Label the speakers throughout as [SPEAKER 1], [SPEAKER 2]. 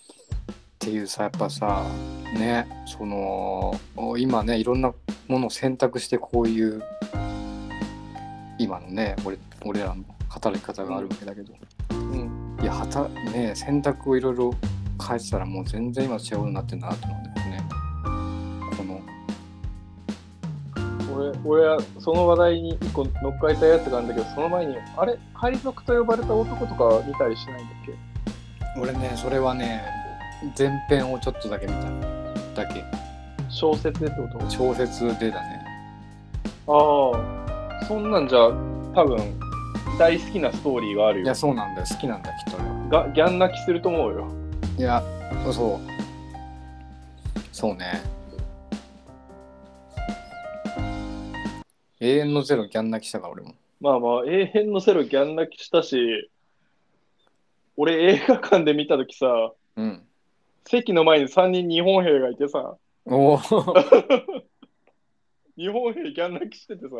[SPEAKER 1] っていうさやっぱさねその今ねいろんなものを選択してこういう今のね俺俺らの働き方があるわけだけど、
[SPEAKER 2] うん、
[SPEAKER 1] いやはたね選択をいろいろ変えてたらもう全然今違うようになってんだなと思うんだよね。この
[SPEAKER 2] 俺俺はその話題に一個乗っかりたいやつがあるんだけどその前にあれ海賊と呼ばれた男とか見たりしないんだっけ
[SPEAKER 1] 俺ねそれはね前編をちょっとだけ見ただけ
[SPEAKER 2] 小説でってこと
[SPEAKER 1] 小説でだね
[SPEAKER 2] ああ、そんなんじゃ、多分大好きなストーリーがある
[SPEAKER 1] い
[SPEAKER 2] よ
[SPEAKER 1] や。そうなんだよ好きなんだよきっと俺は
[SPEAKER 2] がギャン泣きすると思うよ。
[SPEAKER 1] いやそうそうそうね永遠のゼロギャン泣きしたから俺も
[SPEAKER 2] まあまあ、永遠のセロギャン泣きしたし、俺映画館で見たときさ、
[SPEAKER 1] うん
[SPEAKER 2] 席の前に3人日本兵がいてさ、
[SPEAKER 1] お お
[SPEAKER 2] 日本兵ギャン泣きしててさ、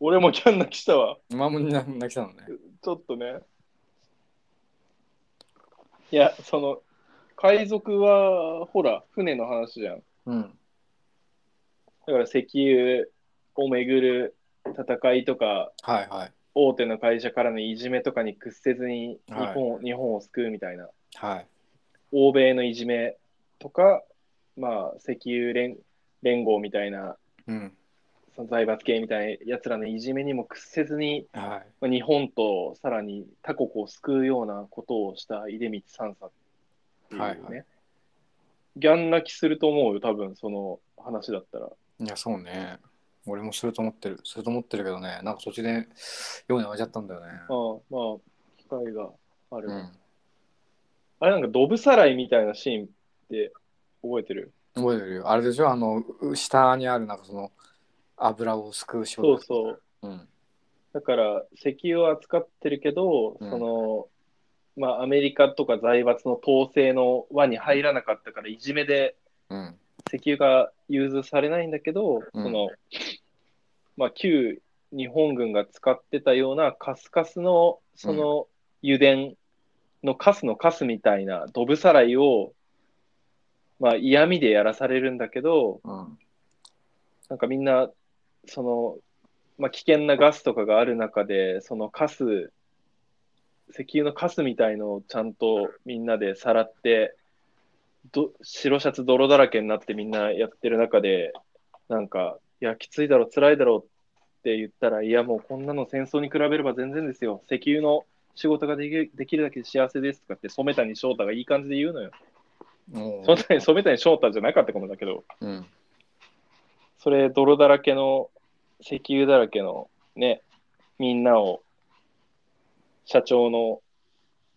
[SPEAKER 2] 俺もギャン泣きしたわ。
[SPEAKER 1] マムに泣きしたのね
[SPEAKER 2] ちょっとね。いや、その、海賊は、ほら、船の話じゃん。
[SPEAKER 1] うん
[SPEAKER 2] だから石油をめぐる戦いとか
[SPEAKER 1] はいはい
[SPEAKER 2] 大手の会社からのいじめとかに屈せずに日
[SPEAKER 1] はい
[SPEAKER 2] 本,、日本を救うみたいな
[SPEAKER 1] はい
[SPEAKER 2] 欧米のいじめとか、まあ、石油連連合みたいな
[SPEAKER 1] うん
[SPEAKER 2] その財閥系みたいなやつらのいじめにも屈せずに、
[SPEAKER 1] はい
[SPEAKER 2] まあ、日本とさらに他国を救うようなことをした出光三佐っていうね、
[SPEAKER 1] はいは
[SPEAKER 2] ギャン泣きすると思うよ多分その話だったら。
[SPEAKER 1] いやそうね俺もすると思ってるすると思ってるけどねなんか途中でように泣いちゃったんだよね
[SPEAKER 2] ああまあ機会があれば。
[SPEAKER 1] うん
[SPEAKER 2] あれなんかドブさらいみたいなシーンって覚えてる
[SPEAKER 1] 覚えてるよあれでしょあのう下にあるなんかその油をすくう仕
[SPEAKER 2] そ
[SPEAKER 1] 事
[SPEAKER 2] うそう。
[SPEAKER 1] ううん
[SPEAKER 2] だから石油を扱ってるけど、
[SPEAKER 1] うん
[SPEAKER 2] そのまあアメリカとか財閥の統制の輪に入らなかったからいじめで
[SPEAKER 1] うん
[SPEAKER 2] 石油が融通されないんだけど、
[SPEAKER 1] うん
[SPEAKER 2] そのまあ旧日本軍が使ってたようなカスカスのその油田のカスのカスみたいなドブさらいをまあ嫌味でやらされるんだけど、
[SPEAKER 1] うん
[SPEAKER 2] なんかみんな、その、まあ、危険なガスとかがある中で、そのカス、石油のカスみたいのをちゃんとみんなでさらって、ど白シャツ泥だらけになってみんなやってる中で、なんか、いや、きついだろ、辛いだろって言ったら、いや、もうこんなの戦争に比べれば全然ですよ。石油の仕事ができるできるだけで幸せですとかって、染谷翔太がいい感じで言うのよ。
[SPEAKER 1] もう
[SPEAKER 2] そんなに染谷翔太じゃなかったかもだけど。
[SPEAKER 1] うん
[SPEAKER 2] それ泥だらけの石油だらけのねみんなを社長の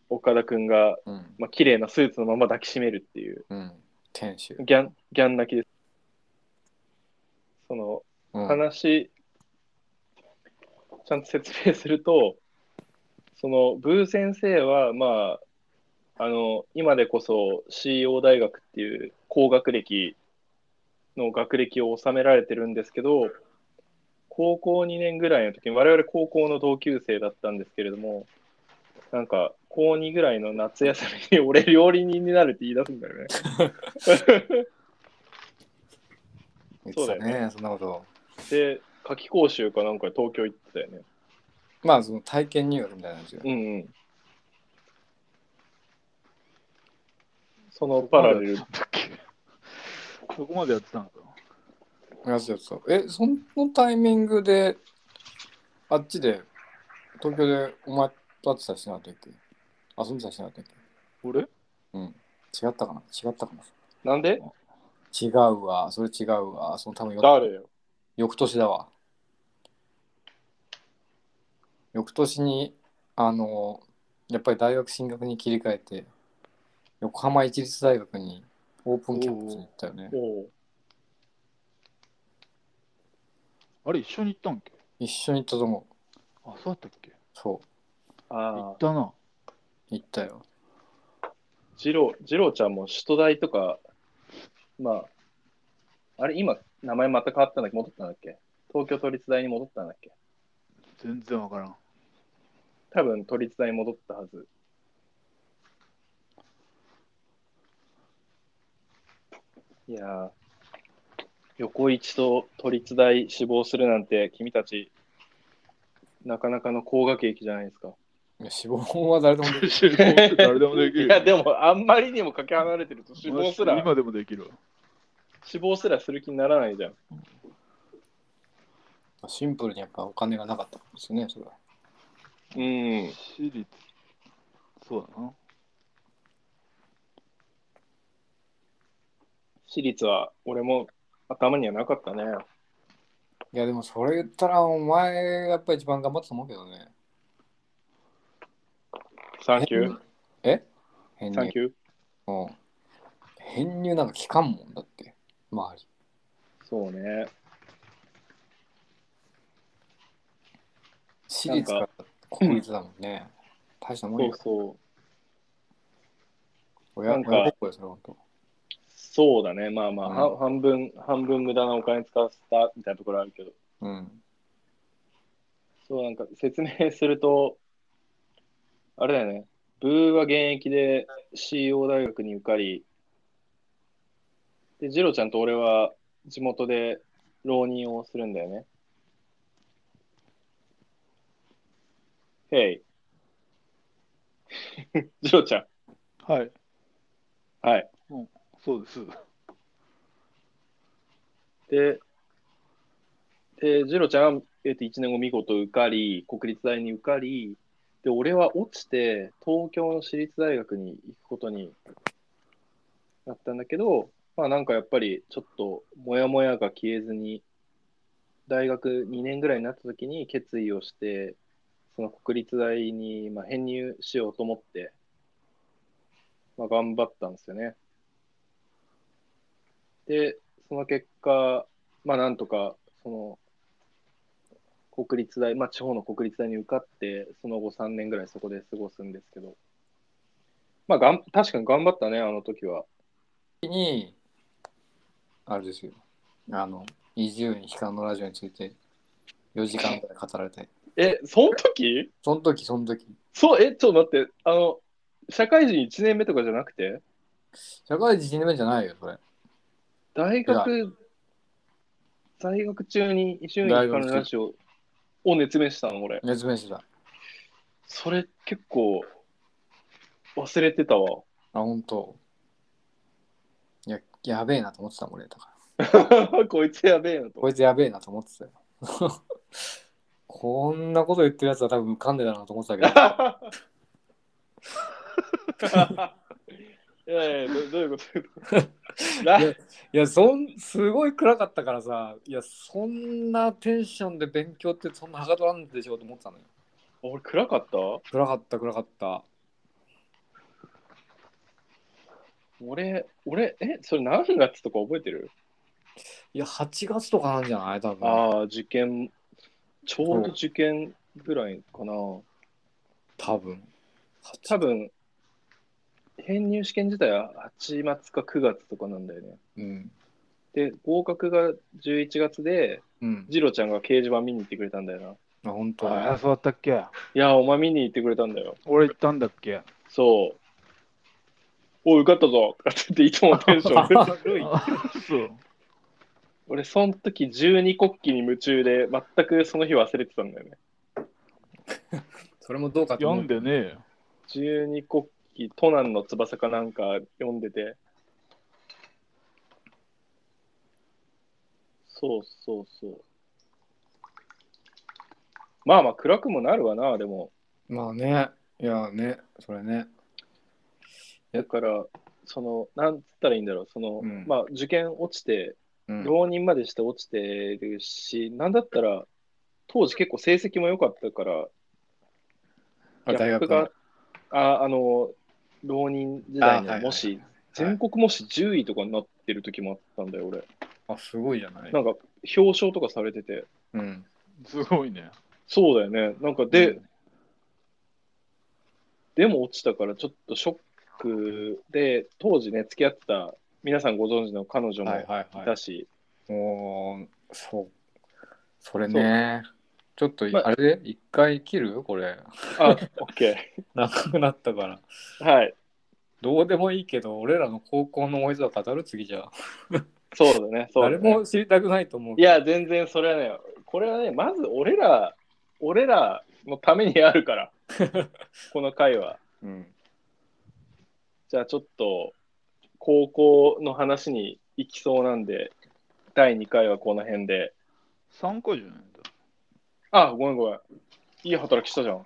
[SPEAKER 2] 岡田君が、
[SPEAKER 1] うん
[SPEAKER 2] まあ綺麗なスーツのまま抱きしめるっていう
[SPEAKER 1] うん、天使。
[SPEAKER 2] ギャンギャン泣きですその
[SPEAKER 1] うん
[SPEAKER 2] 話、ちゃんと説明するとそのブー先生はまああの今でこそ CO 大学っていう高学歴の学歴を収められてるんですけど高校2年ぐらいの時に我々高校の同級生だったんですけれどもなんか高2ぐらいの夏休みに俺料理人になるって言い出すんだよね。
[SPEAKER 1] 言ってたね
[SPEAKER 2] そうだ
[SPEAKER 1] そんなこと。
[SPEAKER 2] で夏期講習かなんかで東京行ってたよね。
[SPEAKER 1] まあ、その体験入学みたいな感じよ。
[SPEAKER 2] うんうん。そのパラレル。
[SPEAKER 3] そこまでやってたのか
[SPEAKER 1] やつやつえ、そのタイミングで、あっちで、東京でお前と会ってたりしなかったっけ遊んでたりしなかったっ
[SPEAKER 3] 俺
[SPEAKER 1] け違ったかな違ったかな
[SPEAKER 2] なんで
[SPEAKER 1] 違うわ、それ違うわ。その多分よ
[SPEAKER 2] 誰よ。
[SPEAKER 1] 翌年だわ。翌年に、あの、やっぱり大学進学に切り替えて、横浜市立大学にオープンキャンパスに行ったよね。
[SPEAKER 2] おう
[SPEAKER 3] あれ一緒に行ったんけ
[SPEAKER 1] 一緒に行ったと思う。
[SPEAKER 3] あ、そうだったっけ
[SPEAKER 1] そう、
[SPEAKER 3] 行
[SPEAKER 2] ああ。
[SPEAKER 3] ったな。
[SPEAKER 1] 行ったよ。
[SPEAKER 2] ジロー、ジローちゃんも首都大とか、まあ、あれ今、名前また変わったんだっけ戻ったんだっけ東京都立大に戻ったんだっけ
[SPEAKER 3] 全然わからん。
[SPEAKER 2] 多分都立大に戻ったはず。いやー横一と都立大志望するなんて、君たち、なかなかの高学歴じゃないですか。
[SPEAKER 1] いや死亡は誰でもできる。
[SPEAKER 3] 志望って 誰でもできる。
[SPEAKER 2] いや、でも、あんまりにもかけ離れてると、志望すら、
[SPEAKER 3] 今でもできるわ。
[SPEAKER 2] 志望すらする気にならないじゃん。
[SPEAKER 1] シンプルにやっぱお金がなかったんですよね、それは。
[SPEAKER 2] うん。
[SPEAKER 3] 私立。そうだな。
[SPEAKER 2] 私立は、俺も頭にはなかったね。
[SPEAKER 1] いや、でもそれ言ったら、お前がやっぱ一番頑張ったと思うけどね。
[SPEAKER 2] サンキュー。
[SPEAKER 1] え編
[SPEAKER 2] サンキ
[SPEAKER 1] 入。
[SPEAKER 2] ュー。
[SPEAKER 1] うん編入なんか聞かんもんだって、周り。
[SPEAKER 2] そうね。
[SPEAKER 1] 私立から国立だもんね。大したもん
[SPEAKER 2] そう
[SPEAKER 1] よ。
[SPEAKER 2] そう。
[SPEAKER 1] 親
[SPEAKER 2] なんか
[SPEAKER 1] 親孝行ですよ、本当。
[SPEAKER 2] そうだね、まあまあ、
[SPEAKER 1] うん
[SPEAKER 2] は半分、半分無駄なお金使わせたみたいなところあるけど、
[SPEAKER 1] うん。
[SPEAKER 2] そうなんか説明すると、あれだよね、ブーは現役で CO 大学に受かり、で、ジロちゃんと俺は地元で浪人をするんだよね。へい。 ジロちゃん。
[SPEAKER 3] はい。
[SPEAKER 2] はい。
[SPEAKER 3] そうです。
[SPEAKER 2] で、で、ジロちゃんは、えっと、1年後見事受かり、国立大に受かり、で、俺は落ちて、東京の私立大学に行くことになったんだけど、まあなんかやっぱりちょっと、もやもやが消えずに、大学2年ぐらいになった時に決意をして、その国立大に、まあ、編入しようと思って、まあ頑張ったんですよね。で、その結果、まあなんとか、その、国立大、まあ地方の国立大に受かって、その後3年ぐらいそこで過ごすんですけど、まあがん、確かに頑張ったね、あの時は。
[SPEAKER 1] 時に、あれですよ。あの、伊集院光のラジオについて4時間ぐらい語られて。
[SPEAKER 2] え、その時
[SPEAKER 1] その時、その時。
[SPEAKER 2] そう、え、ちょっと待って、あの、社会人1年目とかじゃなくて、
[SPEAKER 1] 社会人1年目じゃないよ、それ。
[SPEAKER 2] 大学、在学中に伊集院光のラジオを熱弁したの、俺。
[SPEAKER 1] 熱弁してた。
[SPEAKER 2] それ結構忘れてたわ。
[SPEAKER 1] あ、本当。いや、やべえなと思ってたもん、俺。だから。
[SPEAKER 2] こいつやべえなと
[SPEAKER 1] こ。いつやべえなと思ってたよ。 こんなこと言ってるやつは多分浮かんでたなと思ってたけど。
[SPEAKER 2] いやいや、どどういうことラ
[SPEAKER 1] いや、そん、すごい暗かったからさ、いや、そんなテンションで勉強ってそんなはかどらんでしょうと思ってたのよ。
[SPEAKER 2] 俺暗かった
[SPEAKER 1] 暗かった、暗かった。
[SPEAKER 2] 俺、俺、え、それ何月とか覚えてる、
[SPEAKER 1] いや、8月とかなんじゃない多分。
[SPEAKER 2] ああ、受験、ちょうど受験ぐらいかな。
[SPEAKER 1] 多分。
[SPEAKER 2] 多分、編入試験自体は8月か9月とかなんだよね。
[SPEAKER 1] うん。
[SPEAKER 2] で、合格が11月で、
[SPEAKER 1] うん。
[SPEAKER 2] ジロちゃんが掲示板見に行ってくれたんだよな。い
[SPEAKER 1] あ、本当
[SPEAKER 3] ああ、そうだったっけ
[SPEAKER 2] や、お前見に行ってくれたんだよ。
[SPEAKER 3] 俺行ったんだっけ
[SPEAKER 2] そう。おい、受かったぞとかって言って、いつものテンション 低い。
[SPEAKER 3] あそう。
[SPEAKER 2] 俺、その時十二国旗に夢中で、全くその日忘れてたんだよね。
[SPEAKER 1] それもどうかと
[SPEAKER 3] 読。
[SPEAKER 1] 思うん
[SPEAKER 3] でねえよ。
[SPEAKER 2] 十二国旗、都南の翼かなんか読んでて。そうそうそう。まあまあ、暗くもなるわな、でも。
[SPEAKER 1] まあね。いやね、それね。
[SPEAKER 2] だから、その、なんつったらいいんだろう、その、
[SPEAKER 1] うん
[SPEAKER 2] まあ、受験落ちて、
[SPEAKER 1] うん。
[SPEAKER 2] 浪人までして落ちてるし、なんだったら、当時結構成績も良かったから、
[SPEAKER 1] あ
[SPEAKER 2] ギ
[SPEAKER 1] 大
[SPEAKER 2] ャップ
[SPEAKER 1] 学
[SPEAKER 2] が、ああの、浪人時代
[SPEAKER 1] あは
[SPEAKER 2] の
[SPEAKER 1] い
[SPEAKER 2] もし、全国模試10位とかになってる時もあったんだよ、俺。
[SPEAKER 1] あ、すごいじゃない
[SPEAKER 2] な。んか、表彰とかされてて、
[SPEAKER 1] うん。
[SPEAKER 3] すごいね。
[SPEAKER 2] そうだよね。なんか、で、
[SPEAKER 3] う
[SPEAKER 2] でも落ちたから、ちょっとショックで、当時ね、付き合ってた、皆さんご存知の彼女
[SPEAKER 1] はい
[SPEAKER 2] も
[SPEAKER 1] はい
[SPEAKER 2] い
[SPEAKER 1] はい
[SPEAKER 2] た。し、
[SPEAKER 1] おーそう。それね。ちょっと、
[SPEAKER 2] まあ
[SPEAKER 1] あれで一回切るこれ。
[SPEAKER 2] あ、オッケ
[SPEAKER 1] 長くなったから。
[SPEAKER 2] ー。はい。
[SPEAKER 1] どうでもいいけど、俺らの高校の思い出を語る次じゃあ。
[SPEAKER 2] そうだね、そうだ
[SPEAKER 1] 誰
[SPEAKER 2] ね
[SPEAKER 1] も知りたくないと思う
[SPEAKER 2] い
[SPEAKER 1] けど。
[SPEAKER 2] や、全然それはね、これはね、まず俺ら、俺らのためにあるから、この回は。
[SPEAKER 1] うん。
[SPEAKER 2] じゃあちょっと、高校の話に行きそうなんで、第2回はこの辺で。
[SPEAKER 3] 3回じゃないんだ。
[SPEAKER 2] あ、ごめんごめん。いい働きしたじゃん。
[SPEAKER 3] う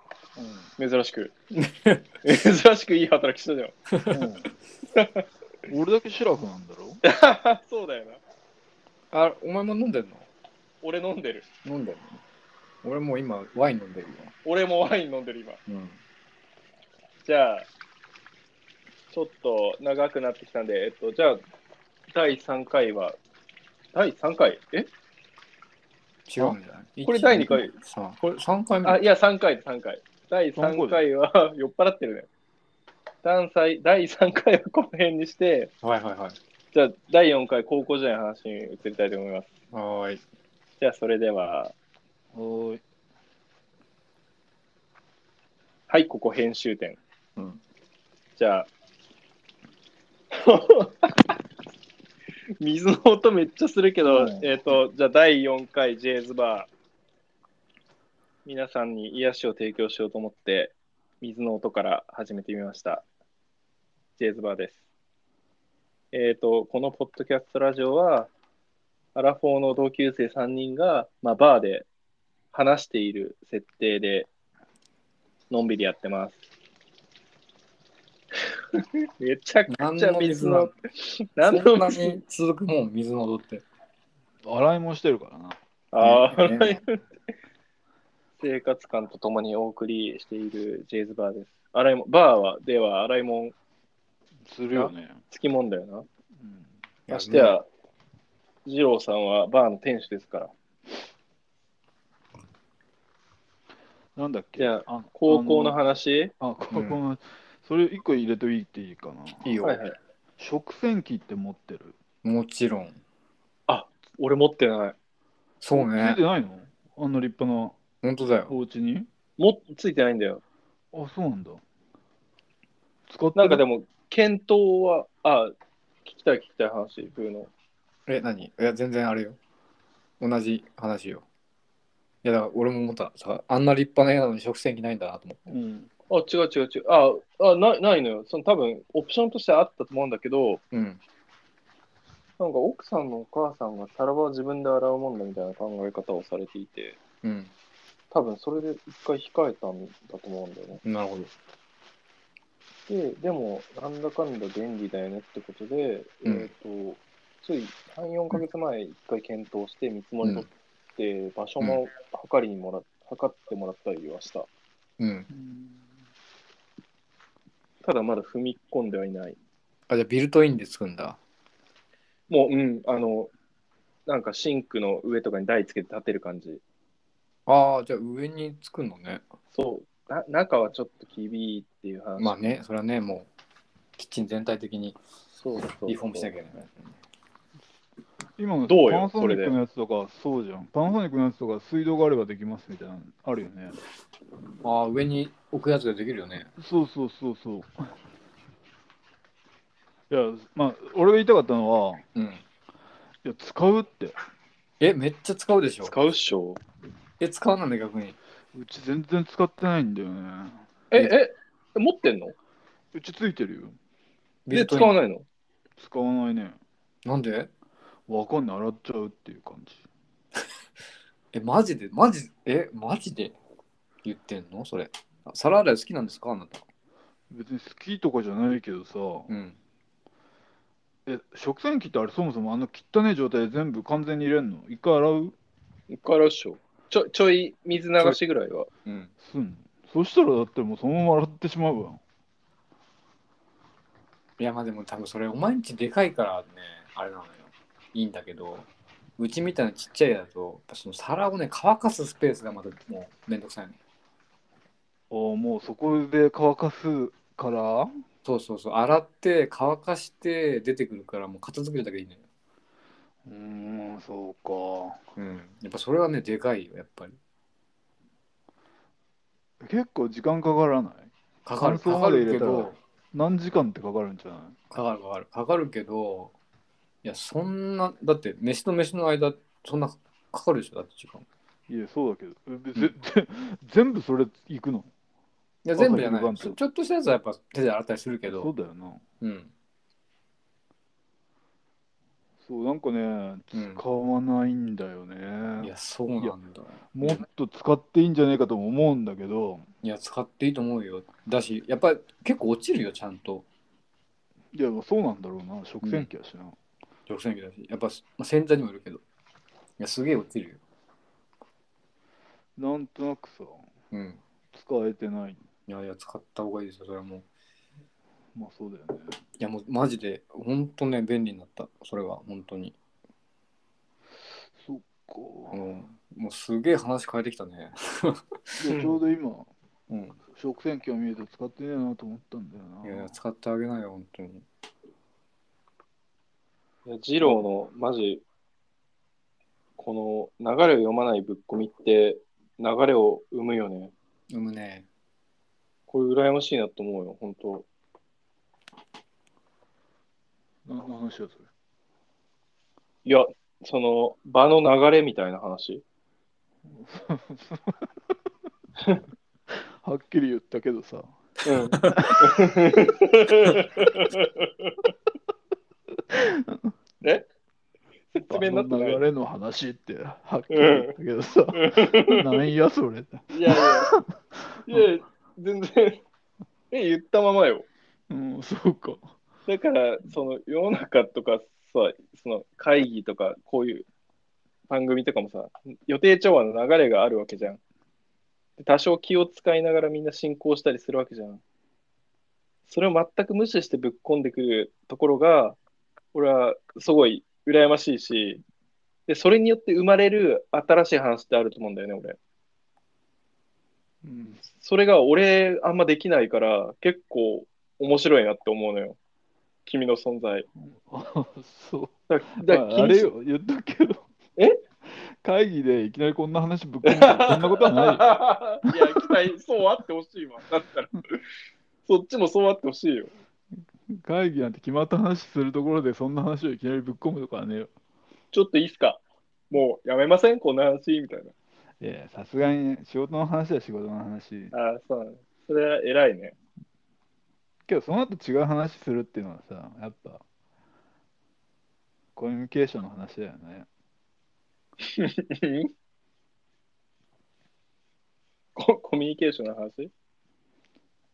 [SPEAKER 3] ん。
[SPEAKER 2] 珍しく。珍しくいい働きしたじゃん。
[SPEAKER 3] うん 俺だけシラフなんだろ
[SPEAKER 2] そうだよな。
[SPEAKER 1] あ、お前も飲んでんの
[SPEAKER 2] 俺飲んでる。
[SPEAKER 1] 飲んでんの俺もう今、ワイン飲んでるよ。
[SPEAKER 2] 俺もワイン飲んでる今。
[SPEAKER 1] うん。
[SPEAKER 2] じゃあ、ちょっと長くなってきたんで、えっと、じゃあ、第3回は、第3回え
[SPEAKER 1] 違うんじゃない
[SPEAKER 2] これ第二回
[SPEAKER 1] さこれ3回目
[SPEAKER 2] あ、いや、3回、3回。第3回は 酔っ払ってるね。第三第3回はこの辺にして、
[SPEAKER 1] はいはいはい。
[SPEAKER 2] じゃあ、第4回、高校時代の話に移りたいと思います。
[SPEAKER 1] はーい。
[SPEAKER 2] じゃあ、それでは、
[SPEAKER 3] おーい。
[SPEAKER 2] はい、ここ編集点。
[SPEAKER 1] うん
[SPEAKER 2] じゃあ、 水の音めっちゃするけど、
[SPEAKER 3] うん
[SPEAKER 2] えっ、と、じゃあ第4回 j ズバー、皆さんに癒しを提供しようと思って、水の音から始めてみました。j ズバーです。えっ、と、このポッドキャストラジオは、アラフォーの同級生3人が、まあ、バーで話している設定で、のんびりやってます。 めちゃく
[SPEAKER 1] 何
[SPEAKER 2] ちゃ
[SPEAKER 1] の
[SPEAKER 2] 水
[SPEAKER 1] 水
[SPEAKER 2] の
[SPEAKER 1] の
[SPEAKER 2] 音、 何
[SPEAKER 1] そ
[SPEAKER 2] の
[SPEAKER 1] んな
[SPEAKER 2] 水の音
[SPEAKER 1] に続くもん、水の踊って。
[SPEAKER 3] 洗いもしてるからな。
[SPEAKER 2] ああ、
[SPEAKER 1] ね
[SPEAKER 2] 生活感とともにお送りしているジェイズバーです。洗いもバーはでは洗いもん
[SPEAKER 3] するよね。
[SPEAKER 2] つきもんだよ
[SPEAKER 3] うん
[SPEAKER 2] な。ましてや、二郎さんはバーの店主ですから。
[SPEAKER 3] なんだっけ
[SPEAKER 2] じゃあ
[SPEAKER 3] あの
[SPEAKER 2] 高校の話
[SPEAKER 3] あのあ、高校の、それ一個入れといいっていいかな。
[SPEAKER 1] いいよ、
[SPEAKER 2] はいはい。
[SPEAKER 3] 食洗機って持ってる
[SPEAKER 1] もちろん。
[SPEAKER 2] 俺持ってない。
[SPEAKER 1] そう
[SPEAKER 3] つい
[SPEAKER 1] ね
[SPEAKER 3] て。ないのあんな立派な
[SPEAKER 1] 本当だよ。
[SPEAKER 3] お家に
[SPEAKER 2] もついてないんだよ。
[SPEAKER 3] あ、そうなんだ。使って
[SPEAKER 2] なんかで
[SPEAKER 3] も。
[SPEAKER 2] も、検討は、あ、聞きたい聞きたい話、風の。
[SPEAKER 1] え、何いや、全然あれよ。同じ話よ。いや、だから俺も思った。さあんな立派な家なのに食洗機ないんだなと思って。
[SPEAKER 3] うん。
[SPEAKER 2] あ、違う違う違う。あ、あないないのよ。その多分、オプションとしてあったと思うんだけど、
[SPEAKER 1] うん。
[SPEAKER 2] なんか奥さんのお母さんが皿は自分で洗うもんだみたいな考え方をされていて、
[SPEAKER 1] うん。
[SPEAKER 2] 多分それで一回控えたんだと思うんだよね。
[SPEAKER 1] なるほど。
[SPEAKER 2] で、でも、なんだかんだ便利だよねってことで、
[SPEAKER 1] うん
[SPEAKER 2] えっ、と、つい3、4ヶ月前、一回検討して、見積もり取って、場所も測りにもらっ測ってもらったりはした。
[SPEAKER 1] うん。
[SPEAKER 2] ただ、まだ踏み込んではいない。
[SPEAKER 1] あ、じゃあビルトインでつくんだ。
[SPEAKER 2] もう、うん、あの、なんかシンクの上とかに台つけて立てる感じ。
[SPEAKER 1] ああ、じゃあ上につくのね。
[SPEAKER 2] そう、な中はちょっと厳いっていう話。
[SPEAKER 1] まあね、それはね、もう、キッチン全体的に
[SPEAKER 2] そうそうそう
[SPEAKER 1] リフォームしなきゃいけない。
[SPEAKER 3] 今の
[SPEAKER 2] どうよ
[SPEAKER 3] パナソニ
[SPEAKER 2] そ
[SPEAKER 3] ッ
[SPEAKER 2] れで
[SPEAKER 3] クのやつとかそうじゃん。パナソニックのやつとか水道があればできますみたいなのあるよね。
[SPEAKER 1] ああ、上に置くやつができるよね。
[SPEAKER 3] そうそうそうそう。いや、まあ、俺が言いたかったのは、
[SPEAKER 1] うん。
[SPEAKER 3] いや、使うって。
[SPEAKER 1] え、めっちゃ使うでしょ。
[SPEAKER 2] 使うっしょ。
[SPEAKER 1] え、使わないね、逆に。
[SPEAKER 3] うち全然使ってないんだよね。
[SPEAKER 2] え、え、持ってんの
[SPEAKER 3] うちついてるよ。
[SPEAKER 1] ビ
[SPEAKER 2] で、
[SPEAKER 1] ルト
[SPEAKER 2] 使
[SPEAKER 1] イン
[SPEAKER 2] わないの
[SPEAKER 3] 使わないね。
[SPEAKER 1] なんで
[SPEAKER 3] わかんない、洗っちゃうっていう感じ。
[SPEAKER 1] え、マジでマジえ、マジで言ってんのそれ。あ皿洗い好きなんですかあなた。
[SPEAKER 3] 別に好きとかじゃないけどさ、
[SPEAKER 1] うん。
[SPEAKER 3] え、食洗機ってあれそもそもあの汚い状態で全部完全に入れんの一回洗う
[SPEAKER 2] 一回洗うっしょ。ちょ、ちょい水流しぐらいは。
[SPEAKER 1] うん。
[SPEAKER 3] すんのそしたらだってもうそのまま洗ってしまうわ。
[SPEAKER 1] いや、まあでも多分それ、お前んちでかいからね、あれなのよ。いいんだけど、うちみたいなちっちゃい家だと、やっぱその皿をね、乾かすスペースがまだもうめんどくさいの。
[SPEAKER 3] あーもうそこで乾かすから
[SPEAKER 1] そうそうそう、洗って、乾かして出てくるから、もう片付けるだけでいいのよ。
[SPEAKER 3] うーん、そうか。
[SPEAKER 1] うん。やっぱそれはね、でかいよ、やっぱり。
[SPEAKER 3] 結構時間かからない
[SPEAKER 1] かかる
[SPEAKER 3] 乾燥
[SPEAKER 1] か
[SPEAKER 3] ま
[SPEAKER 1] かる
[SPEAKER 3] で入
[SPEAKER 1] け
[SPEAKER 3] れたら
[SPEAKER 1] ど、
[SPEAKER 3] 何時間ってかかるんじゃない
[SPEAKER 1] かかるかかるかかるけどいやそんなだって飯と飯の間そんなかかるでしょだって時間
[SPEAKER 3] いや、そうだけど、えぜぜ全部それ行くの
[SPEAKER 1] いや全部じゃな
[SPEAKER 3] 朝昼
[SPEAKER 1] い
[SPEAKER 3] 晩
[SPEAKER 1] ちょ
[SPEAKER 3] と
[SPEAKER 1] ちょっとしたやつはやっぱ手で洗ったりするけど
[SPEAKER 3] そうだよな。
[SPEAKER 1] うん
[SPEAKER 3] そう、なんかね、
[SPEAKER 1] うん
[SPEAKER 3] 使わないんだよね。
[SPEAKER 1] いやそうなんだ
[SPEAKER 3] もっと使っていいんじゃないかとも思うんだけど、
[SPEAKER 1] いや使っていいと思うよだしやっぱり結構落ちるよちゃんと
[SPEAKER 3] いや、そうなんだろうな、食洗機やしな。
[SPEAKER 1] 直線機だしやっぱ、まあ、洗剤にもいるけどいやすげえ落ちるよ
[SPEAKER 3] なんとなくさ、
[SPEAKER 1] うん
[SPEAKER 3] 使えてない。
[SPEAKER 1] いやいや使った方がいいですよそれはもう
[SPEAKER 3] まあそうだよね。
[SPEAKER 1] いやもうマジで本当ね便利になったそれは本当に、
[SPEAKER 3] そっ
[SPEAKER 1] う
[SPEAKER 3] か。
[SPEAKER 1] ん、もうすげえ話変えてきたね
[SPEAKER 3] いやちょうど今、
[SPEAKER 1] うん
[SPEAKER 3] 食洗機を見ると使ってねえなと思ったんだよ
[SPEAKER 1] いやい
[SPEAKER 3] な
[SPEAKER 1] や。使ってあげなよ本当に
[SPEAKER 2] いや二郎のマジこの流れを読まないぶっ込みって流れを生むよね
[SPEAKER 1] でもね
[SPEAKER 2] これ羨ましいなと思うよ本当
[SPEAKER 3] 何の話やそれ。
[SPEAKER 2] いやその場の流れみたいな話
[SPEAKER 3] はっきり言ったけどさ、
[SPEAKER 2] うんえ説明にな
[SPEAKER 3] あ
[SPEAKER 2] って
[SPEAKER 3] の
[SPEAKER 2] ない
[SPEAKER 3] 流れの話って はっきり言ったけどさ、 なんやそれ。
[SPEAKER 2] いやいや、いや、全然、え、言ったままよ。
[SPEAKER 3] うん、そうか。
[SPEAKER 2] だから、その世の中とかさ、その会議とか、こういう番組とかもさ、予定調和の流れがあるわけじゃん。で多少気を使いながらみんな進行したりするわけじゃん。それを全く無視してぶっ込んでくるところが、俺はすごい羨ましいし、で、それによって生まれる新しい話ってあると思うんだよね、俺。
[SPEAKER 3] うん、
[SPEAKER 2] それが俺あんまできないから結構面白いなって思うのよ。君の存在。
[SPEAKER 3] あ そう。
[SPEAKER 2] だ
[SPEAKER 3] ま
[SPEAKER 2] だ
[SPEAKER 3] ああれよ、言ったけど。
[SPEAKER 2] え
[SPEAKER 3] 会議でいきなりこんな話ぶっ込んで、 そんなことはない よ。
[SPEAKER 2] いや、期待、そうあってほしいわ。だったら、そっちもそうあってほしいよ。
[SPEAKER 3] 会議なんて決まった話するところで、そんな話をいきなりぶっ込むとかはねえよ。
[SPEAKER 2] ちょっといいっすかもうやめませんこんな話みたいな。
[SPEAKER 3] いや、さすがにね仕事の話は仕事の話。
[SPEAKER 2] ああ、そうなのそれは偉いね。
[SPEAKER 3] けど、その後違う話するっていうのはさ、やっぱ、コミュニケーションの話だよね。
[SPEAKER 2] ココミュニケーションの話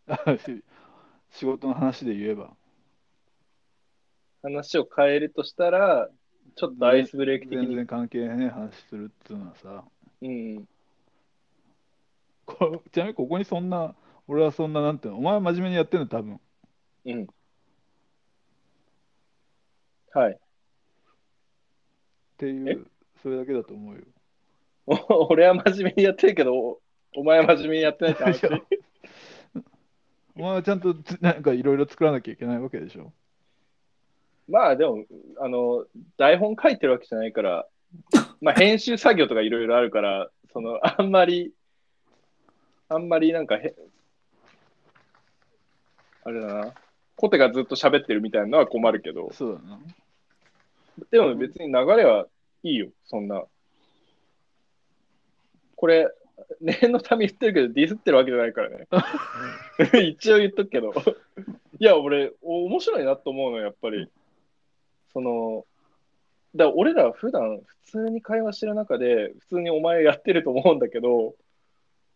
[SPEAKER 3] あし仕事の話で言えば。
[SPEAKER 2] 話を変えるとしたら、ちょっとアイスブレイク的
[SPEAKER 3] 全
[SPEAKER 2] に。
[SPEAKER 3] 然関係ない話するっていうのはさ、
[SPEAKER 2] うん。
[SPEAKER 3] こちなみにここにそんな、俺はそんな、なんていうの、お前は真面目にやってんの、多分。
[SPEAKER 2] うん。はい。
[SPEAKER 3] っていう、それだけだと思うよ。
[SPEAKER 2] お俺は真面目にやってるけど、おお前は真面目にやってないって話。
[SPEAKER 3] いやお前はちゃんとつなんかいろいろ作らなきゃいけないわけでしょ。
[SPEAKER 2] まあでも、あの、台本書いてるわけじゃないから、まあ編集作業とかいろいろあるから、その、あんまり、あんまりなんかへ、あれだな、コテがずっと喋ってるみたいなのは困るけど、
[SPEAKER 3] そうだな。
[SPEAKER 2] でも別に流れはいいよ、そんな。これ、念のため言ってるけど、ディスってるわけじゃないからね。 一応言っとくけど。いや、俺、お面白いなと思うの、やっぱり。その、だから俺ら普段普通に会話してる中で、普通にお前やってると思うんだけど、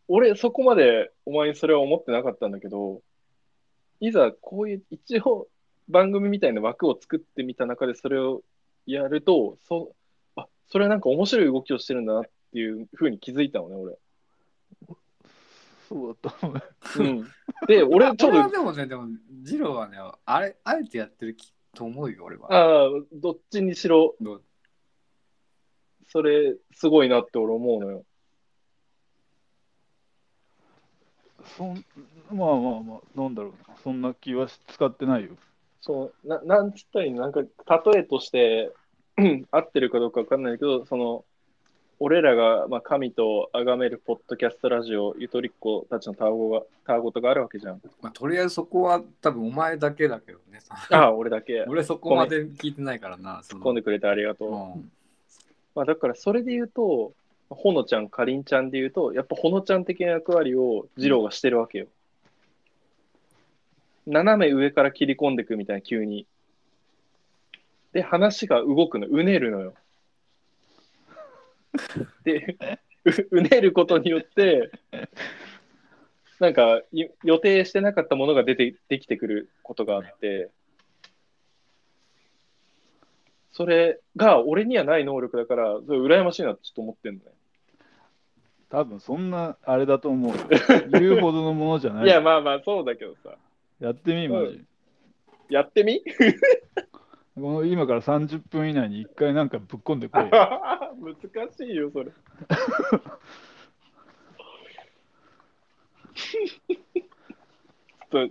[SPEAKER 2] 俺、そこまでお前にそれは思ってなかったんだけど、いざこういう、一応番組みたいな枠を作ってみた中で、それをやると、そあそれはなんか面白い動きをしてるんだなっていうふうに気づいたのね、俺。
[SPEAKER 3] そうだったのね。
[SPEAKER 2] うん、 で、俺ち
[SPEAKER 1] そ
[SPEAKER 2] ょ
[SPEAKER 1] れは
[SPEAKER 2] っと、
[SPEAKER 1] でもねでもジローはねあれあえてやってるきと思うよ俺は
[SPEAKER 2] ああ、どっちにしろ、
[SPEAKER 1] どう
[SPEAKER 2] それすごいなって俺思うのよ。
[SPEAKER 3] そんまあまあまあ、なんだろうな。そんな気はし使ってないよ。
[SPEAKER 2] そうななん つったらいいのなんか例えとして合ってるかどうかわかんないけどその俺らが、まあ、神と崇めるポッドキャストラジオ、ゆとりっ子たちのたわごが、たわごとがあるわけじゃん。
[SPEAKER 1] まあ、とりあえずそこは多分お前だけだけどね。
[SPEAKER 2] ああ、俺だけ。
[SPEAKER 1] 俺そこまで聞いてないからな。突
[SPEAKER 2] 突っ込んでくれてありがとう。
[SPEAKER 1] うん、
[SPEAKER 2] まあ、だからそれで言うと、ほのちゃん、かりんちゃんで言うと、やっぱほのちゃん的な役割を二郎がしてるわけよ。斜め上から切り込んでくみたいな、急に。で、話が動くの、うねるのよ。で、ううねることによって、なんかい予定してなかったものが出てできてくることがあって、それが俺にはない能力だから、それ羨ましいなってちょっと思ってんのね。
[SPEAKER 3] 多分そんなあれだと思う よ言うほどのものじゃない
[SPEAKER 2] いや、まあまあ、そうだけどさ。
[SPEAKER 3] やってみマジ、
[SPEAKER 2] やってみ
[SPEAKER 3] この今から30分以内に1回なんかぶっ込んでこい よ
[SPEAKER 2] 難しいよ、それ。ちょっと、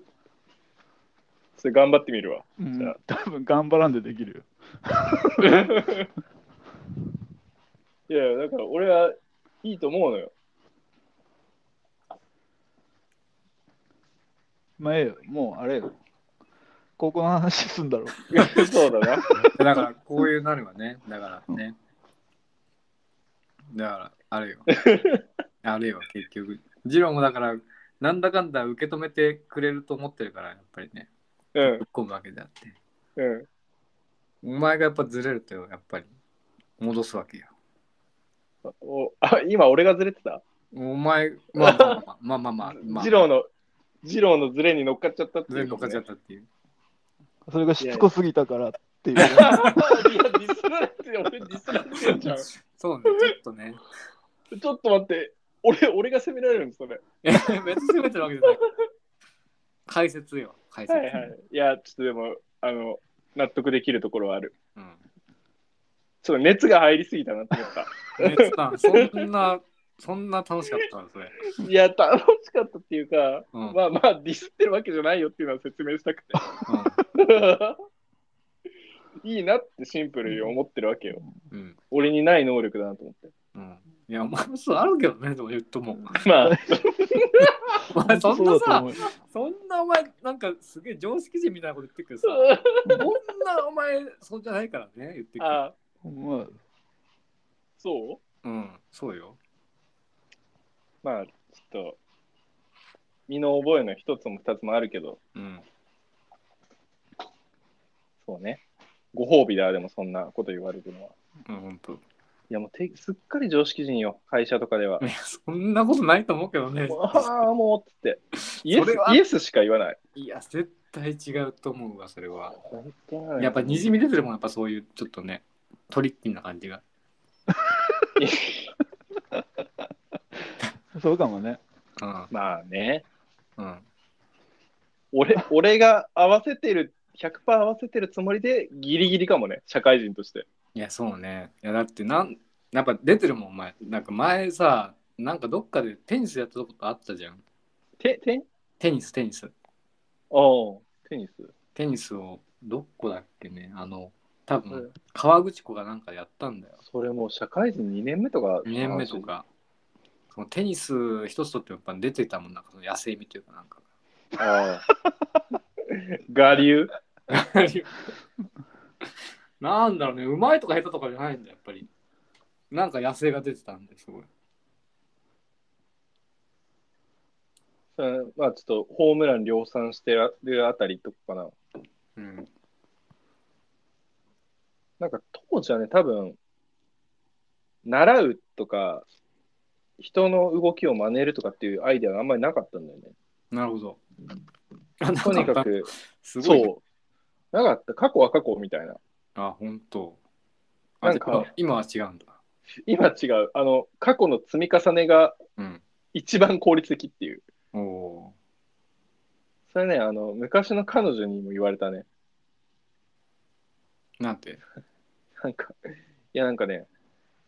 [SPEAKER 2] それ頑張ってみるわ。
[SPEAKER 3] う
[SPEAKER 2] じゃあ
[SPEAKER 3] ん、多分頑張らんでできるよ
[SPEAKER 2] いや、だから俺はいいと思うのよ。
[SPEAKER 3] まあええよもうあれよ高校の話すんだろ
[SPEAKER 2] そうだな。
[SPEAKER 1] だからこういうなるわね。だからね。だから、あ れよ。あれよ、結局。ジローもだから、なんだかんだ受け止めてくれると思ってるから、やっぱりね、
[SPEAKER 2] うん
[SPEAKER 1] ぶっ、込むわけであって。
[SPEAKER 2] うん。
[SPEAKER 1] お前がやっぱずれると、やっぱり、戻すわけよ。
[SPEAKER 2] おあ今、俺がずれてた
[SPEAKER 1] お前、まあまあまあまあまあまあ、まあ、
[SPEAKER 2] ジローの、ジローのズレに乗っかっちゃったって
[SPEAKER 1] ず
[SPEAKER 2] い
[SPEAKER 1] れ
[SPEAKER 2] う
[SPEAKER 1] に乗
[SPEAKER 2] こ
[SPEAKER 1] っか
[SPEAKER 2] と
[SPEAKER 1] っちゃった
[SPEAKER 2] ね、
[SPEAKER 1] っていう。
[SPEAKER 3] それがしつこすぎたからっていう
[SPEAKER 2] いや、ディスられてる、俺ディスられてるじゃん。ち
[SPEAKER 1] そうね、ちょっとね。
[SPEAKER 2] ょっと待って、俺、俺が責められるんです、それ。
[SPEAKER 1] 別に攻めてるわけじゃない。解説よ、解説。
[SPEAKER 2] はいはい。いや、ちょっとでも、あの、納得できるところはある。
[SPEAKER 1] うん
[SPEAKER 2] ちょっと熱が入りすぎたなって思 っ
[SPEAKER 1] ねつたんそんな、そんな楽しかったのそれ。
[SPEAKER 2] た。いや、楽しかったっていうか、
[SPEAKER 1] うん
[SPEAKER 2] まあまあ、ディスってるわけじゃないよっていうのは説明したくて。 いいなってシンプルに思ってるわけよ。
[SPEAKER 1] うん。うん。
[SPEAKER 2] 俺にない能力だなと思って。
[SPEAKER 1] うん。いや、お前もそうあるけどね、でも言っとも。
[SPEAKER 2] まあ、
[SPEAKER 1] お前そん
[SPEAKER 3] う
[SPEAKER 1] な
[SPEAKER 3] だと
[SPEAKER 1] さ
[SPEAKER 3] 思、うよ
[SPEAKER 1] そんなお前、なんかすげえ常識人みたいなこと言ってくるさ。こんなお前、そうじゃないからね、言ってくる。
[SPEAKER 2] あ、
[SPEAKER 3] まあ
[SPEAKER 2] そう
[SPEAKER 1] うん、そうよ。
[SPEAKER 2] まあ、ちょっと、身の覚えの一つも二つもあるけど、
[SPEAKER 1] うん。
[SPEAKER 2] そうね。ご褒美だ、でもそんなこと言われるのは。
[SPEAKER 1] うん、ほんと。
[SPEAKER 2] いや、もうて、すっかり常識人よ、会社とかでは。
[SPEAKER 1] いや、そんなことないと思うけどね
[SPEAKER 2] も。うああ、もうっつ って。イエ
[SPEAKER 1] そ
[SPEAKER 2] ス
[SPEAKER 1] れは
[SPEAKER 2] イエスしか言わない。
[SPEAKER 1] いや、絶対違うと思うわ、それは。
[SPEAKER 2] 本当なのよ
[SPEAKER 1] やっぱにじみ出てるもん、やっぱそういう、ちょっとね、トリッキーな感じが。
[SPEAKER 3] そうかもね
[SPEAKER 1] うん、
[SPEAKER 2] まあね、
[SPEAKER 1] うん。
[SPEAKER 2] 俺俺が合わせてる、100%合わせてるつもりで、ギリギリかもね、社会人として。
[SPEAKER 1] いやそうねいやだってなんやっぱ出てるもんお前なんか前さなんかどっかでテニスやったことあったじゃん
[SPEAKER 2] て、てん
[SPEAKER 1] テニステニス
[SPEAKER 2] おうテニス。
[SPEAKER 1] テニスをどこだっけねあの多
[SPEAKER 2] う
[SPEAKER 1] 分
[SPEAKER 2] ん
[SPEAKER 1] 川口湖がなんかやったんだよ
[SPEAKER 2] それもう社会人2年目とか。
[SPEAKER 1] 2年目と。かそのテニス一つとってもやっぱ出てたもんなんかその野生味というかなんか
[SPEAKER 2] ああ。 我流
[SPEAKER 1] なんだろうねうまいとか下手とかじゃないんだやっぱりなんか野生が出てたんですごい
[SPEAKER 2] うんまあちょっとホームラン量産してるあたりとかかな。
[SPEAKER 1] うん
[SPEAKER 2] なんか当時はね、多分、習うとか、人の動きを真似るとかっていうアイデアがあんまりなかったんだよ ね。
[SPEAKER 1] なるほどなん
[SPEAKER 2] とにか
[SPEAKER 1] か
[SPEAKER 2] く、
[SPEAKER 1] すごいね
[SPEAKER 2] そう。なかった。過去は過去みたいな。
[SPEAKER 1] あ、本当。
[SPEAKER 2] な
[SPEAKER 1] あ、
[SPEAKER 2] ん
[SPEAKER 1] じ
[SPEAKER 2] か
[SPEAKER 1] ゃあ今は違うんだ。
[SPEAKER 2] 今違う。あの、過去の積み重ねが
[SPEAKER 1] うん。
[SPEAKER 2] 一番効率的っていう。
[SPEAKER 1] おお
[SPEAKER 2] それね、あの、昔の彼女にも言われたね。
[SPEAKER 1] ー。なんて。
[SPEAKER 2] なんか、いやなんかね、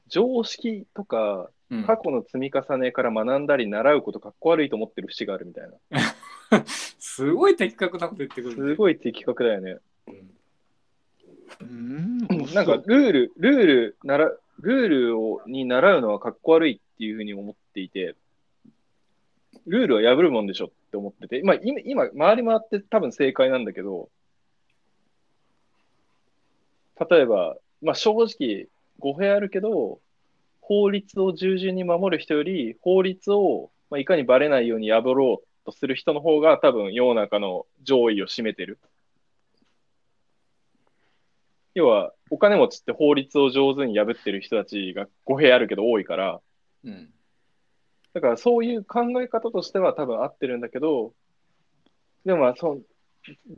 [SPEAKER 2] 常識とか、
[SPEAKER 1] うん、
[SPEAKER 2] 過去の積み重ねから学んだり習うことかっこ悪いと思ってる節があるみたいな。
[SPEAKER 1] すごい的確なこと言ってくるね。
[SPEAKER 2] すごい的確だよね。
[SPEAKER 1] うん
[SPEAKER 3] うん
[SPEAKER 2] なんかルール、ルールならルールをに習うのはかっこ悪いっていうふうに思っていて、ルールは破るもんでしょって思ってて、まあ、今、今回り回って多分正解なんだけど、例えば、まあ、正直、語弊あるけど、法律を従順に守る人より、法律を、まあ、いかにバレないように破ろうとする人の方が多分世の中の上位を占めてる。要は、お金持ちって法律を上手に破ってる人たちが語弊あるけど多いから、
[SPEAKER 1] うん。
[SPEAKER 2] だからそういう考え方としては多分合ってるんだけど、でもまあその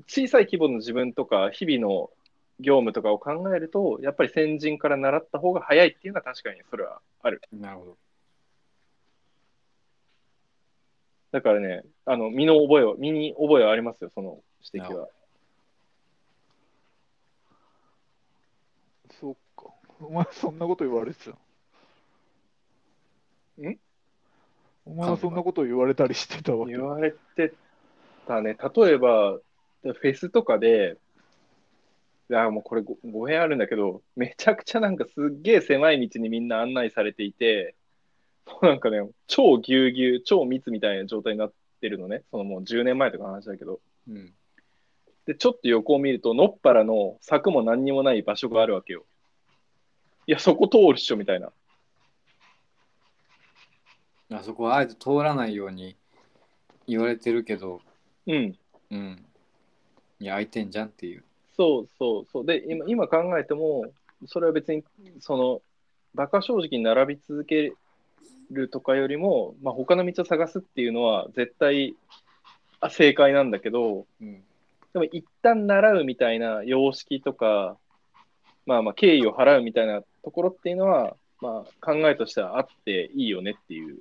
[SPEAKER 2] 小さい規模の自分とか日々の業務とかを考えると、やっぱり先人から習った方が早いっていうのは確かにそれはある。
[SPEAKER 1] なるほど。
[SPEAKER 2] だからね、あの身の覚えを、身に覚えはありますよ、その指摘は。
[SPEAKER 3] そっか。お前そんなこと言われてたの
[SPEAKER 2] ん
[SPEAKER 3] お前はそんなこと言われたりしてたわけ
[SPEAKER 2] 言。われてたね、例えば、フェスとかで、いやもうこれご語弊あるんだけど、めちゃくちゃなんかすっげえ狭い道にみんな案内されていて、もうなんかね、超ぎゅうぎゅう、超密みたいな状態になってるのね、そのもう10年前とかの話だけど。
[SPEAKER 1] うん。
[SPEAKER 2] で、ちょっと横を見ると、のっぱらの柵も何にもない場所があるわけよ。いや、そこ通るっしょ、みたいな。
[SPEAKER 1] あそこはあえて通らないように言われてるけど、
[SPEAKER 2] うん。
[SPEAKER 1] うん。いや、空いてんじゃんっていう。
[SPEAKER 2] そうそうそう。で、今今考えても、それは別に、その、馬鹿正直に並び続けるとかよりも、まあ、他の道を探すっていうのは、絶対あ正解なんだけど、
[SPEAKER 1] うん。
[SPEAKER 2] でも一旦習うみたいな様式とか、まあまあ、敬意を払うみたいなところっていうのは、まあ、考えとしてはあっていいよねっていう。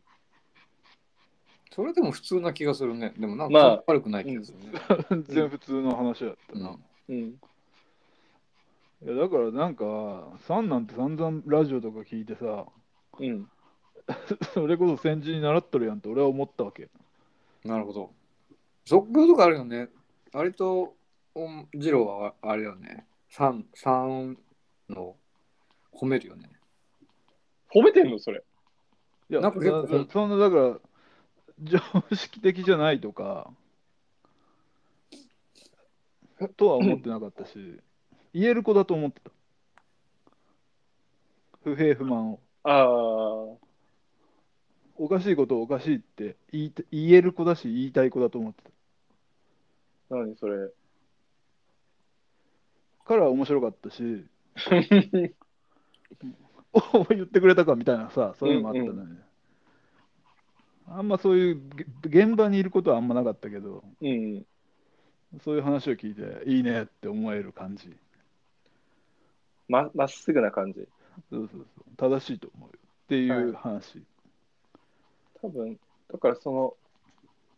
[SPEAKER 1] それでも普通な気がするね。でもなん
[SPEAKER 2] まあ
[SPEAKER 1] か悪くない気がするね。
[SPEAKER 3] 全然普通の話だったな。
[SPEAKER 2] うん。
[SPEAKER 3] いやだからなんか、さんなんて散々ラジオとか聞いてさ、
[SPEAKER 2] うん。
[SPEAKER 3] それこそ先人に習っとるやんって俺は思ったわけ。
[SPEAKER 1] なるほど。即興とかあるよね。割と、おんジローはあれよね。三三の褒めるよね。
[SPEAKER 2] 褒めてんのそれ。
[SPEAKER 3] いや、
[SPEAKER 1] なんか結構
[SPEAKER 3] なそんなだから、常識的じゃないとか、とは思ってなかったし、言える子だと思ってた。不平不満を。
[SPEAKER 2] ああ、
[SPEAKER 3] おかしいことをおかしいって言いた言える子だし、言いたい子だと思って
[SPEAKER 2] 何それ。
[SPEAKER 3] た。から面白かったし、おお言ってくれたかみたいなさ、そういうのもあったのよね。あんまそういうげ現場にいることはあんまなかったけど、
[SPEAKER 2] うん。
[SPEAKER 3] そういう話を聞いて、いいねって思える感じ。
[SPEAKER 2] ま、まっすぐな感じ。
[SPEAKER 3] そうそうそう正しいと思うよっていう話、
[SPEAKER 2] 多分だからその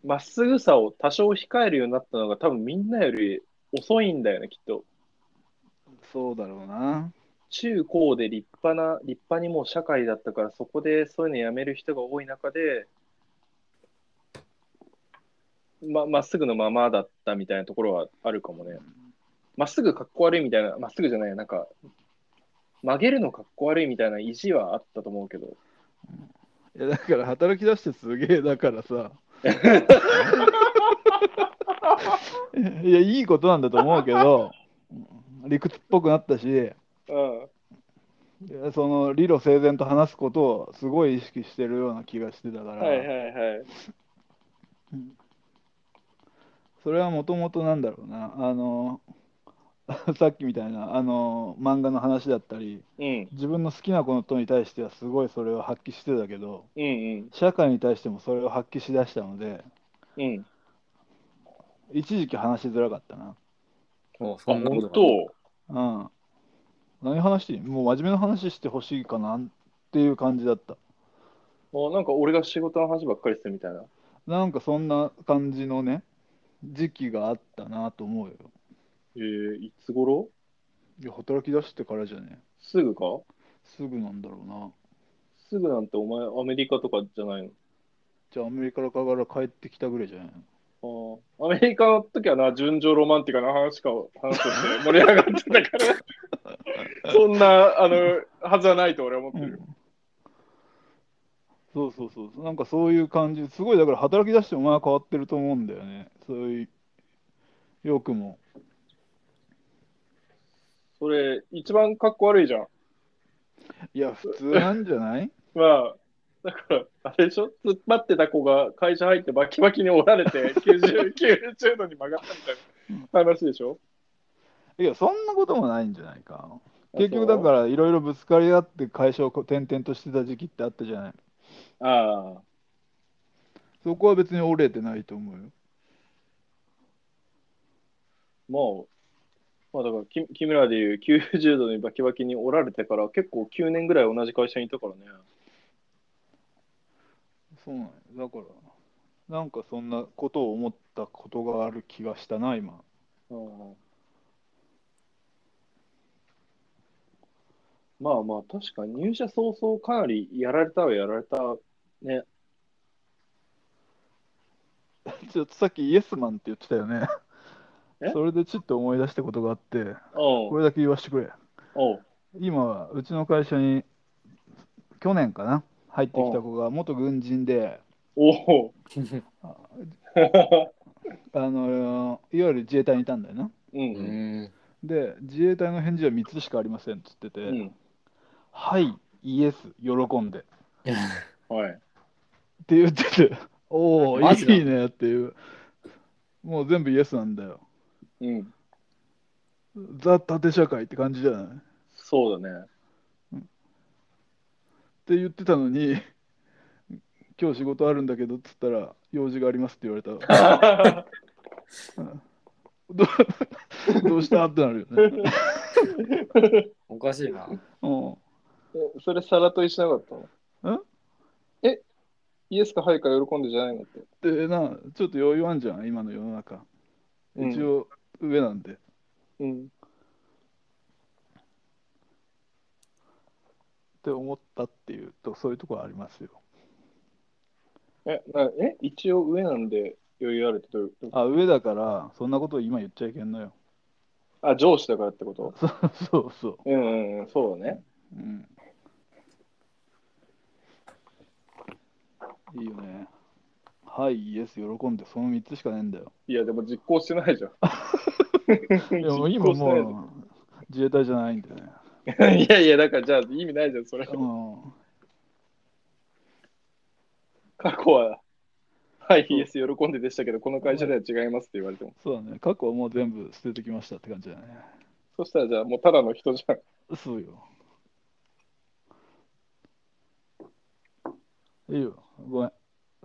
[SPEAKER 2] まっすぐさを多少控えるようになったのが多分みんなより遅いんだよねきっと
[SPEAKER 3] そうだろうな
[SPEAKER 2] 中高で立派な立派にもう社会だったからそこでそういうのやめる人が多い中でままっすぐのままだったみたいなところはあるかもねまっすぐかっこ悪いみたいなまっすぐじゃないなんか曲げるのかっこ悪いみたいな意地はあったと思うけど
[SPEAKER 3] いやだから働き出してすげえだからさ いやいいことなんだと思うけど理屈っぽくなったしい
[SPEAKER 2] うん
[SPEAKER 3] やその理路整然と話すことをすごい意識してるような気がしてたから、
[SPEAKER 2] はいはいはい
[SPEAKER 3] それはもともとなんだろうなあの さっきみたいなあの漫画の話だったり
[SPEAKER 2] うん
[SPEAKER 3] 自分の好きなことに対してはすごいそれを発揮してたけど、
[SPEAKER 2] うん
[SPEAKER 3] 社会に対してもそれを発揮しだしたので
[SPEAKER 2] うんうん
[SPEAKER 3] 一時期話しづらかったな
[SPEAKER 1] もうそ
[SPEAKER 2] あ
[SPEAKER 1] んなこと
[SPEAKER 2] 本
[SPEAKER 1] が
[SPEAKER 2] 当
[SPEAKER 3] うん何話していいもう真面目な話してほしいかなっていう感じだった
[SPEAKER 2] あなんか俺が仕事の話ばっかりするみたいな。
[SPEAKER 3] なんかそんな感じのね時期があったなと思うよ
[SPEAKER 2] えー、いつ頃
[SPEAKER 3] いや働き出してからじゃね
[SPEAKER 2] すぐか
[SPEAKER 3] すぐなんだろうな
[SPEAKER 2] すぐなんてお前アメリカとかじゃない
[SPEAKER 3] じゃあアメリカから帰ってきたぐらいじゃない
[SPEAKER 2] のあーアメリ カの時はな、純情ロマンティカな話か話をして盛り上がってたから。そんな、あの、はずはないと俺は思ってる。
[SPEAKER 3] そうそうそう、なんかそういう感じ、すごいだから働き出してお前は変わってると思うんだよね、そういう、よくも。
[SPEAKER 2] それ、一番かっこ悪いじゃん。
[SPEAKER 3] いや、普通なんじゃない
[SPEAKER 2] まあ、だから、あれでしょ突っ張ってた子が会社入ってバキバキに折られて90、90度に曲がったみたいな話でしょ
[SPEAKER 3] いや、そんなこともないんじゃないか。結局だ
[SPEAKER 2] ら。
[SPEAKER 3] から、いろいろぶつかり合って会社をこう転々としてた時期ってあったじゃない。
[SPEAKER 2] ああ。
[SPEAKER 3] そこは別に折れてないと思うよ。
[SPEAKER 2] もう、まあだからき、木村でいう90度にバキバキに折られてから結構9年ぐらい同じ会社にいたからね。
[SPEAKER 3] そうなんよだから、なんかそんなことを思ったことがある気がしたな、今。
[SPEAKER 2] うんまあまあ、確かに入社早々かなりやられたはやられた。ね。
[SPEAKER 3] ちょっとさっきイエスマンって言ってたよね
[SPEAKER 2] え。
[SPEAKER 3] それでちょっと思い出したことがあって、
[SPEAKER 2] お
[SPEAKER 3] こ
[SPEAKER 2] う
[SPEAKER 3] れだけ言わせてくれ。
[SPEAKER 2] おう
[SPEAKER 3] 今、うちの会社に去年かな、入ってきた子が元軍人で、
[SPEAKER 2] おう
[SPEAKER 3] ああのいわゆる自衛隊にいたんだよな。
[SPEAKER 2] う。
[SPEAKER 1] うんん。
[SPEAKER 3] で、自衛隊の返事は3つしかありませんって言ってて、
[SPEAKER 2] うん。
[SPEAKER 3] はい、イエス、喜んでっ
[SPEAKER 2] はい。
[SPEAKER 3] て言ってて、おお、
[SPEAKER 1] マジだ
[SPEAKER 3] いいねっていう、もう全部イエスなんだよ。
[SPEAKER 2] うん。
[SPEAKER 3] ザ・縦社会って感じじゃない
[SPEAKER 2] そうだね。
[SPEAKER 3] って言ってたのに、今日仕事あるんだけどっつったら、用事がありますって言われたら、どう どうしたってなるよ ね。
[SPEAKER 1] おかしいな。
[SPEAKER 3] うん
[SPEAKER 2] えそれ、さらといしなかったの
[SPEAKER 3] ん
[SPEAKER 2] えイエスかはいか喜んでじゃないのって。
[SPEAKER 3] でな、ちょっと余裕あんじゃん、今の世の中。
[SPEAKER 2] うん
[SPEAKER 3] 一応、上なんで。
[SPEAKER 2] うん。
[SPEAKER 3] って思ったっていうと、そういうところありますよ。
[SPEAKER 2] え、なえ一応上なんで余裕あるってどういうこと
[SPEAKER 3] あ、上だから、そんなことを今言っちゃいけんのよ。
[SPEAKER 2] あ、上司だからってこと
[SPEAKER 3] そうそうそ
[SPEAKER 2] うんうんうん、そうだね。
[SPEAKER 3] う。うん。いいよね。はい、イエス、喜んで、その3つしかねえんだよ。
[SPEAKER 2] いや、でも実行してないじゃん。
[SPEAKER 3] いや、もう
[SPEAKER 2] 実
[SPEAKER 3] 今
[SPEAKER 2] 行してないじ
[SPEAKER 3] もう、自衛隊じゃないんでね。
[SPEAKER 2] ゃん いやいや、だからじゃあ意味ないじゃん、それ。
[SPEAKER 3] うん。
[SPEAKER 2] 過去は、はい、イエス喜んででしたけど、この会社では違いますって言われても。
[SPEAKER 3] そうだね。過去はもう全部捨ててきましたって感じだね。
[SPEAKER 2] そしたらじゃあもうただの人じゃん。
[SPEAKER 3] そうよ。いいよ。ごめん。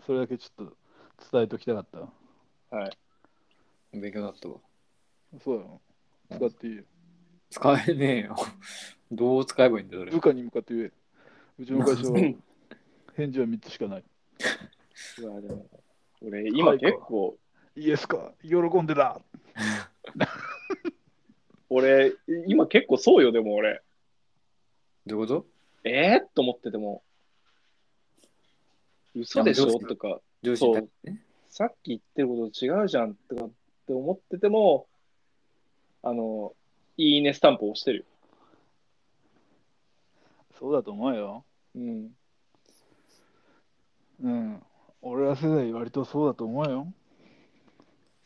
[SPEAKER 3] それだけちょっと伝えておきたかった。
[SPEAKER 2] はい。
[SPEAKER 1] 勉強だったわ。
[SPEAKER 3] そうよ。使っていいよ。
[SPEAKER 1] 使えねえよ。 どう使えばいいんだよ、それ
[SPEAKER 3] 部。下に向かって言え。うちの会社は返事は3つしかない。
[SPEAKER 2] うわでも俺、今結構、
[SPEAKER 3] イエスか。喜んでだ。
[SPEAKER 2] 俺、今結構そうよ、でも俺。
[SPEAKER 1] どういうこと
[SPEAKER 2] えー、と思ってても、嘘でし
[SPEAKER 1] いや
[SPEAKER 2] ょ
[SPEAKER 1] 上司
[SPEAKER 2] とか、
[SPEAKER 1] 上司に
[SPEAKER 2] そうさっき言ってること違うじゃんとかって思ってても、あの、いいねスタンプを押してるよ。
[SPEAKER 3] そうだと思うよ。
[SPEAKER 2] うん。
[SPEAKER 3] うん。俺ら世代割とそうだと思うよ。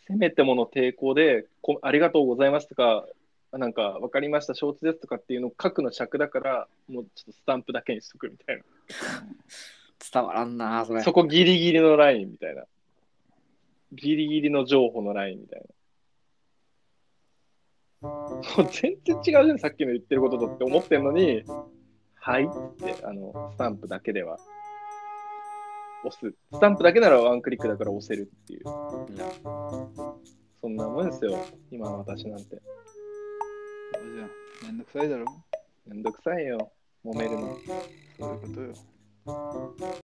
[SPEAKER 2] せめてもの抵抗で、こありがとうございますとか、なんか、わかりました、承知ですとかっていうのを書くの尺だから、もうちょっとスタンプだけにしとくみたい
[SPEAKER 1] 伝わらんな、それ
[SPEAKER 2] な。。そこギリギリのラインみたいな。ギリギリの情報のラインみたいな。もう全然違うじゃん、さっきの言ってることとって思ってんのに、はいって、あの、スタンプだけでは。押す。スタンプだけならワンクリックだから押せるっていう。
[SPEAKER 1] な
[SPEAKER 2] そんなもんですよ、今の私なんて。
[SPEAKER 3] そうじゃん。めんどくさいだろ。
[SPEAKER 2] めんどくさいよ、揉めるの。
[SPEAKER 3] そういうことよ。